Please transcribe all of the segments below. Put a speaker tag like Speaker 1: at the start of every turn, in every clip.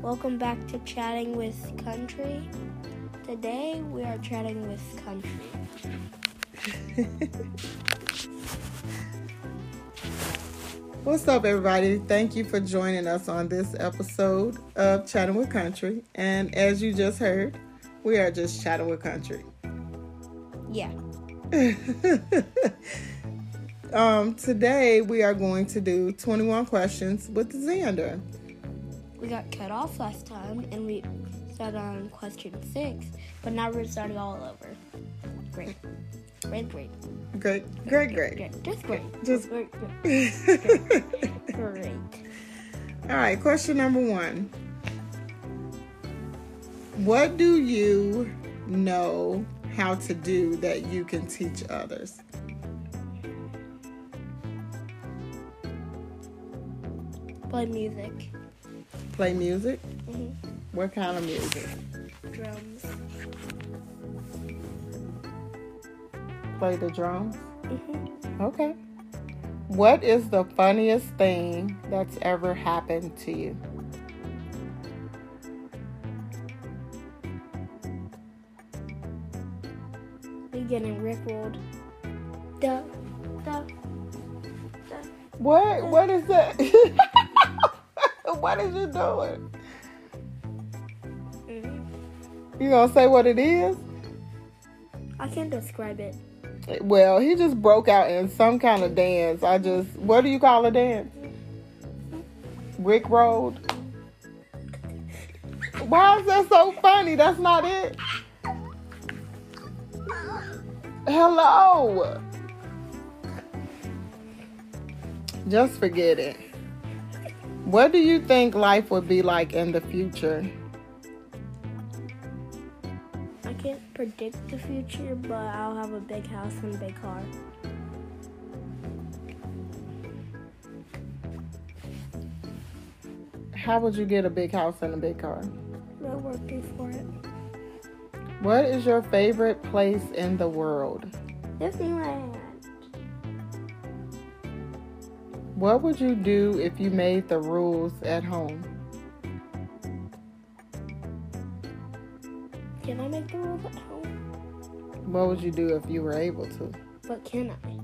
Speaker 1: Welcome back to Chatting with Country. Today we are chatting with Country.
Speaker 2: What's up, everybody? Thank you for joining us on this episode of Chatting with Country. And as you just heard, we are just chatting with Country.
Speaker 1: Yeah.
Speaker 2: Um, today, we are going to do 21 questions with Xander.
Speaker 1: We got cut off last time and we started on question six, but now we're starting all over. Great. Great, great.
Speaker 2: Great, great, great.
Speaker 1: great. Just great.
Speaker 2: Just-
Speaker 1: great. great, Great.
Speaker 2: All right, question number one What do you know how to do that you can teach others?
Speaker 1: Play music.
Speaker 2: Play music?
Speaker 1: Mhm.
Speaker 2: What kind of music?
Speaker 1: Drums.
Speaker 2: Play the drums?
Speaker 1: hmm
Speaker 2: Okay. What is the funniest thing that's ever happened to you?
Speaker 1: We getting rickrolled. Duh. Duh. Duh.
Speaker 2: What? What is that? what is you doing?
Speaker 1: Mhm.
Speaker 2: You gonna say what it is?
Speaker 1: I can't describe it.
Speaker 2: Well, he just broke out in some kind of dance. I just, what do you call a dance? Rick rolled. Why is that so funny? That's not it. Hello. Just forget it. What do you think life would be like in the future?
Speaker 1: I can't predict the future, but I'll have a big house and a big car.
Speaker 2: How would you get a big house and a big car?
Speaker 1: We're working for it.
Speaker 2: What is your favorite place in the world?
Speaker 1: Disneyland.
Speaker 2: What would you do if you made the rules at home?
Speaker 1: Can I make the rules at home?
Speaker 2: What would you do if you were able to?
Speaker 1: But can I?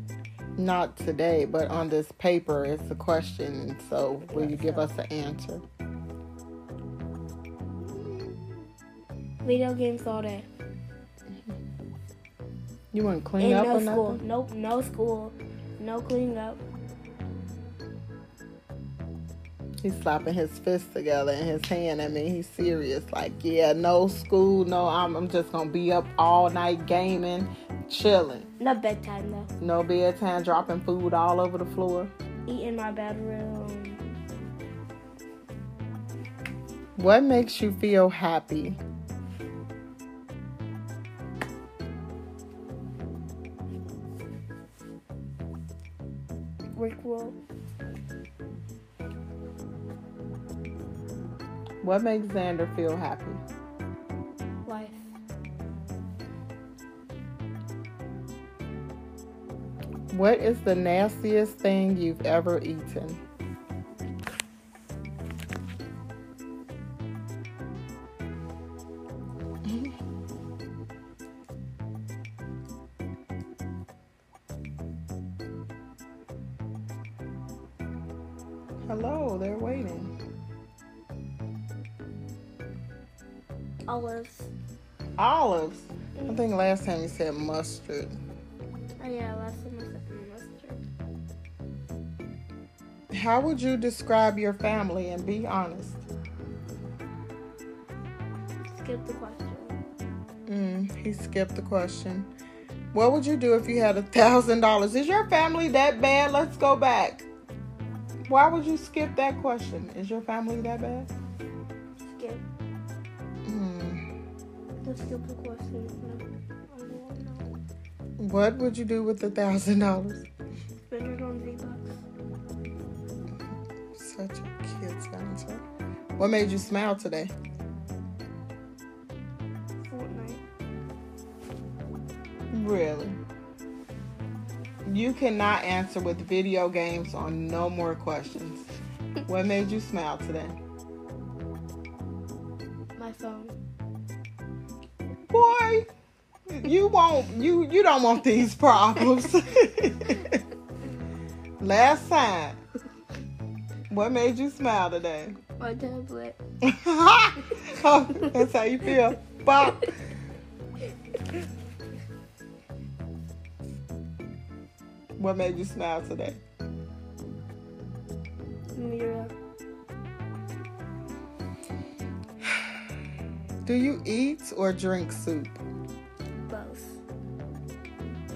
Speaker 2: Not today, but on this paper, it's a question. and So, will you give us an answer?
Speaker 1: Video games all day.
Speaker 2: You want to clean
Speaker 1: And
Speaker 2: up
Speaker 1: no
Speaker 2: or
Speaker 1: school.
Speaker 2: nothing?
Speaker 1: Nope, no school. No cleaning up.
Speaker 2: He's slapping his fist together and his hand at me. He's serious. Like, yeah, no school, no. I'm, I'm just gonna be up all night gaming, chilling.
Speaker 1: No bedtime though.
Speaker 2: No bedtime, dropping food all over the floor.
Speaker 1: Eat in my bedroom.
Speaker 2: What makes you feel happy?
Speaker 1: Rick roll.
Speaker 2: What makes Xander feel happy?
Speaker 1: Life.
Speaker 2: What is the nastiest thing you've ever eaten? Hello, they're waiting.
Speaker 1: Olives.
Speaker 2: Olives. I think last time you said mustard.
Speaker 1: Oh yeah, last time I said mustard.
Speaker 2: How would you describe your family and be honest?
Speaker 1: Skip the question.
Speaker 2: Mm, he skipped the question. What would you do if you had a thousand dollars? Is your family that bad? Let's go back. Why would you skip that question? Is your family that bad?
Speaker 1: Skip.
Speaker 2: Mm.
Speaker 1: Let's skip the question. No. I don't know.
Speaker 2: What would you do with a thousand dollars?
Speaker 1: Spend it on V-Bucks.
Speaker 2: Such a kid's answer. What made you smile today?
Speaker 1: Fortnite.
Speaker 2: Really? You cannot answer with video games on no more questions. What made you smile today?
Speaker 1: my phone.
Speaker 2: Boy, you won't you you don't want these problems. Last time. What made you smile today?
Speaker 1: My tablet.
Speaker 2: oh, that's how you feel. Bop. What made you smile today?
Speaker 1: Mira.
Speaker 2: Do you eat or drink soup?
Speaker 1: Both.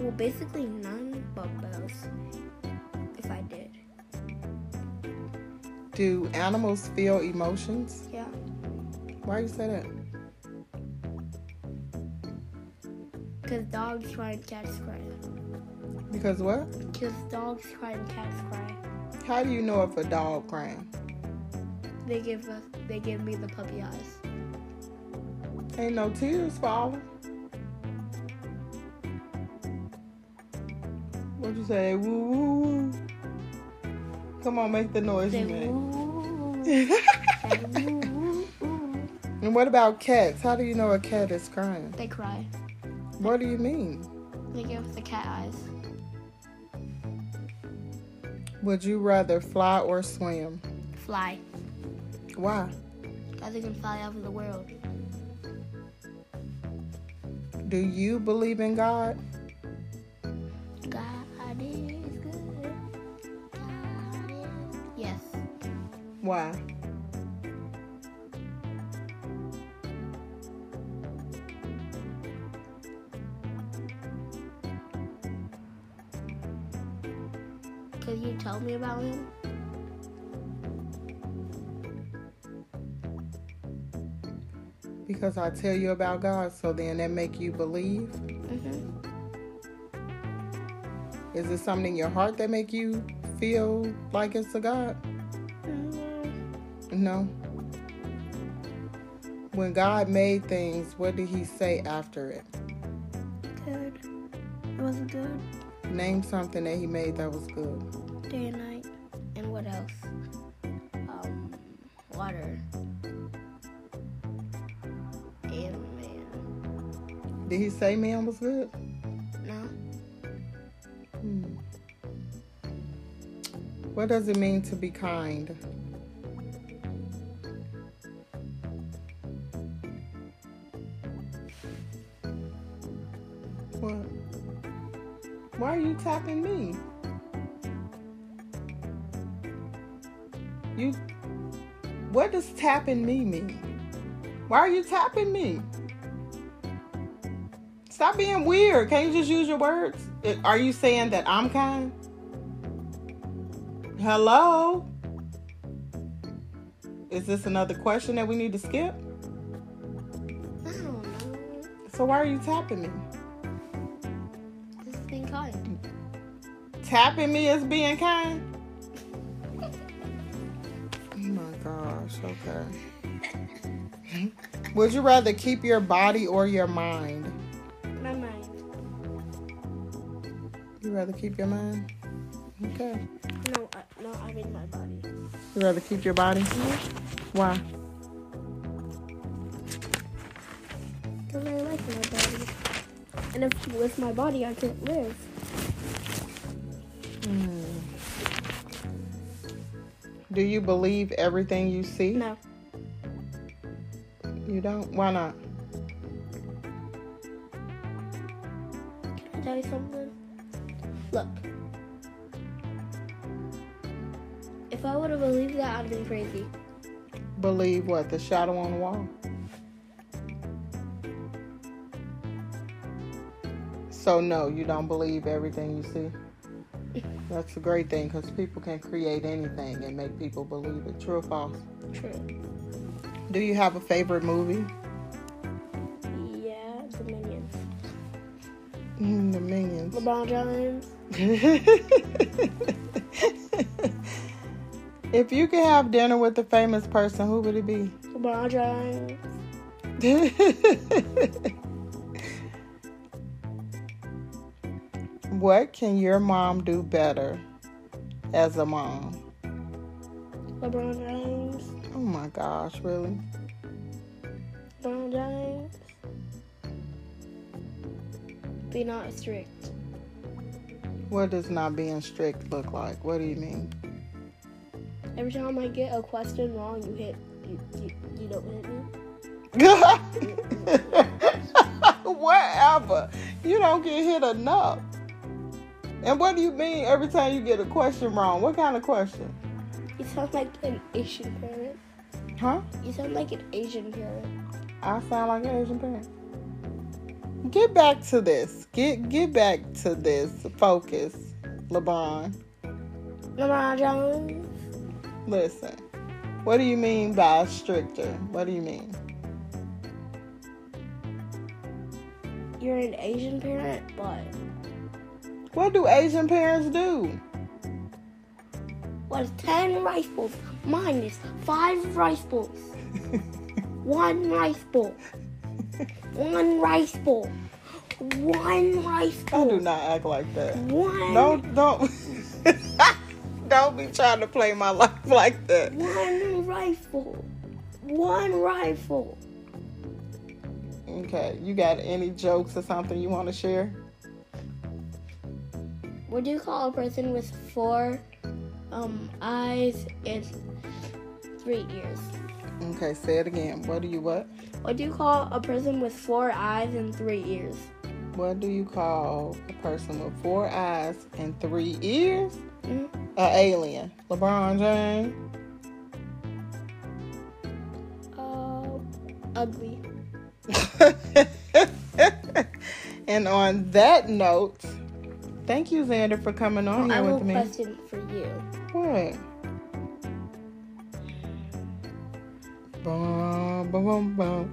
Speaker 1: Well, basically none, but both. If I did.
Speaker 2: Do animals feel emotions?
Speaker 1: Yeah.
Speaker 2: Why you say that?
Speaker 1: Because dogs cry and cats cry.
Speaker 2: Because what?
Speaker 1: Because dogs cry and cats cry.
Speaker 2: How do you know if a dog crying?
Speaker 1: They give us, they give me the puppy eyes.
Speaker 2: Ain't no tears falling. What you say? Woo woo woo. Come on, make the noise
Speaker 1: They
Speaker 2: you
Speaker 1: woo,
Speaker 2: make.
Speaker 1: they woo, woo, woo.
Speaker 2: and what about cats? How do you know a cat is crying?
Speaker 1: They cry.
Speaker 2: What do you mean?
Speaker 1: They give the cat eyes.
Speaker 2: Would you rather fly or swim?
Speaker 1: Fly.
Speaker 2: Why?
Speaker 1: Because they can fly over the world.
Speaker 2: Do you believe in God?
Speaker 1: God is good. God is. Yes.
Speaker 2: Why?
Speaker 1: Could you tell me about him?
Speaker 2: Because I tell you about God, so then that make you believe?
Speaker 1: Mm-hmm.
Speaker 2: Is it something in your heart that make you feel like it's a God? No. When God made things, what did he say after it?
Speaker 1: Good. It was good
Speaker 2: Name something that he made that was good.
Speaker 1: day and night. And what else? Um, water. And man.
Speaker 2: Did he say man was good?
Speaker 1: No.
Speaker 2: Hmm. What does it mean to be kind? What? Why are you tapping me? You. What does tapping me mean? Why are you tapping me? Stop being weird. Can't you just use your words? It- Are you saying that I'm kind? Hello? Is this another question that we need to skip?
Speaker 1: I don't know.
Speaker 2: So why are you tapping me?
Speaker 1: This is being kind.
Speaker 2: Tapping me is being kind? Oh my gosh, okay. Would you rather keep your body or your mind?
Speaker 1: My mind.
Speaker 2: You rather keep your mind? Okay.
Speaker 1: No, I, no, I mean my body.
Speaker 2: You rather keep your body?
Speaker 1: Mm-hmm.
Speaker 2: Why?
Speaker 1: Because I like my body. And if with my body, I can't live.
Speaker 2: Hmm. Do you believe everything you see?
Speaker 1: No.
Speaker 2: You don't? Why not?
Speaker 1: Can I tell you something? Look. If I would have believed that, I'd have been crazy.
Speaker 2: Believe what? The shadow on the wall? So, no, you don't believe everything you see? That's a great thing because people can create anything and make people believe it. True or false?
Speaker 1: True.
Speaker 2: Do you have a favorite movie?
Speaker 1: Yeah, the minions.
Speaker 2: Mm, the Minions.
Speaker 1: LeBron James.
Speaker 2: if you could have dinner with a famous person, who would it be?
Speaker 1: LeBron James.
Speaker 2: what can your mom do better as a mom?
Speaker 1: LeBron James.
Speaker 2: Oh my gosh, really?
Speaker 1: LeBron James. Be not strict.
Speaker 2: What does not being strict look like? What do you mean?
Speaker 1: Every time I get a question wrong, you hit. You, you, you don't hit me.
Speaker 2: Whatever. You don't get hit enough. And what do you mean every time you get a question wrong? What kind of question?
Speaker 1: You sound like an Asian parent.
Speaker 2: Huh?
Speaker 1: You sound like an Asian parent.
Speaker 2: I sound like an Asian parent. Get back to this. Get get back to this. Focus, LeBron.
Speaker 1: LeBron Jones.
Speaker 2: Listen. What do you mean by stricter? What do you mean?
Speaker 1: You're an Asian parent, but
Speaker 2: What do Asian parents do?
Speaker 1: was 10 rice balls minus 5 rice balls. 1 rice ball. 1 rice ball. 1 rice
Speaker 2: I do
Speaker 1: ball.
Speaker 2: not act like that.
Speaker 1: 1
Speaker 2: Don't don't don't be trying to play my life like that.
Speaker 1: One rifle. One rifle.
Speaker 2: Okay, you got any jokes or something you want to share?
Speaker 1: What do you call a person with four um, eyes and three ears?
Speaker 2: Okay, say it again. What do you what?
Speaker 1: What do you call a person with four eyes and three ears?
Speaker 2: What do you call a person with four eyes and three ears?
Speaker 1: Mhm.
Speaker 2: A alien. LeBron James.
Speaker 1: Uh, ugly.
Speaker 2: and on that note, thank you, Xander, for coming on
Speaker 1: I
Speaker 2: here
Speaker 1: will
Speaker 2: with me.
Speaker 1: question for you.
Speaker 2: What? Bum, bum, bum, bum.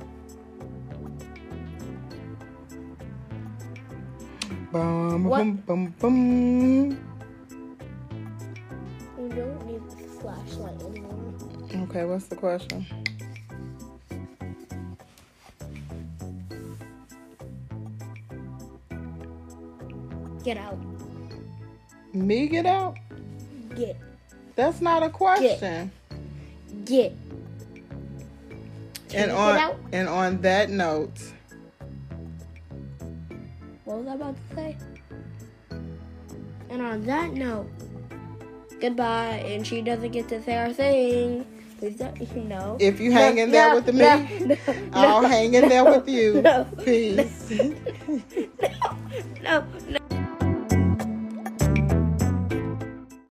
Speaker 2: Bum,
Speaker 1: What?
Speaker 2: bum, bum, bum.
Speaker 1: We don't need this flashlight anymore.
Speaker 2: Okay, what's the question?
Speaker 1: Get out.
Speaker 2: Me get out?
Speaker 1: Get.
Speaker 2: That's not a question.
Speaker 1: Get. Can
Speaker 2: And
Speaker 1: you
Speaker 2: on
Speaker 1: get out?
Speaker 2: and on that note,
Speaker 1: What was I about to say? And on that note, goodbye. And she doesn't get to say our thing. Please don't, you know.
Speaker 2: if you hang in there with the me, I'll hang in there with you.
Speaker 1: No,
Speaker 2: Peace.
Speaker 1: no, no.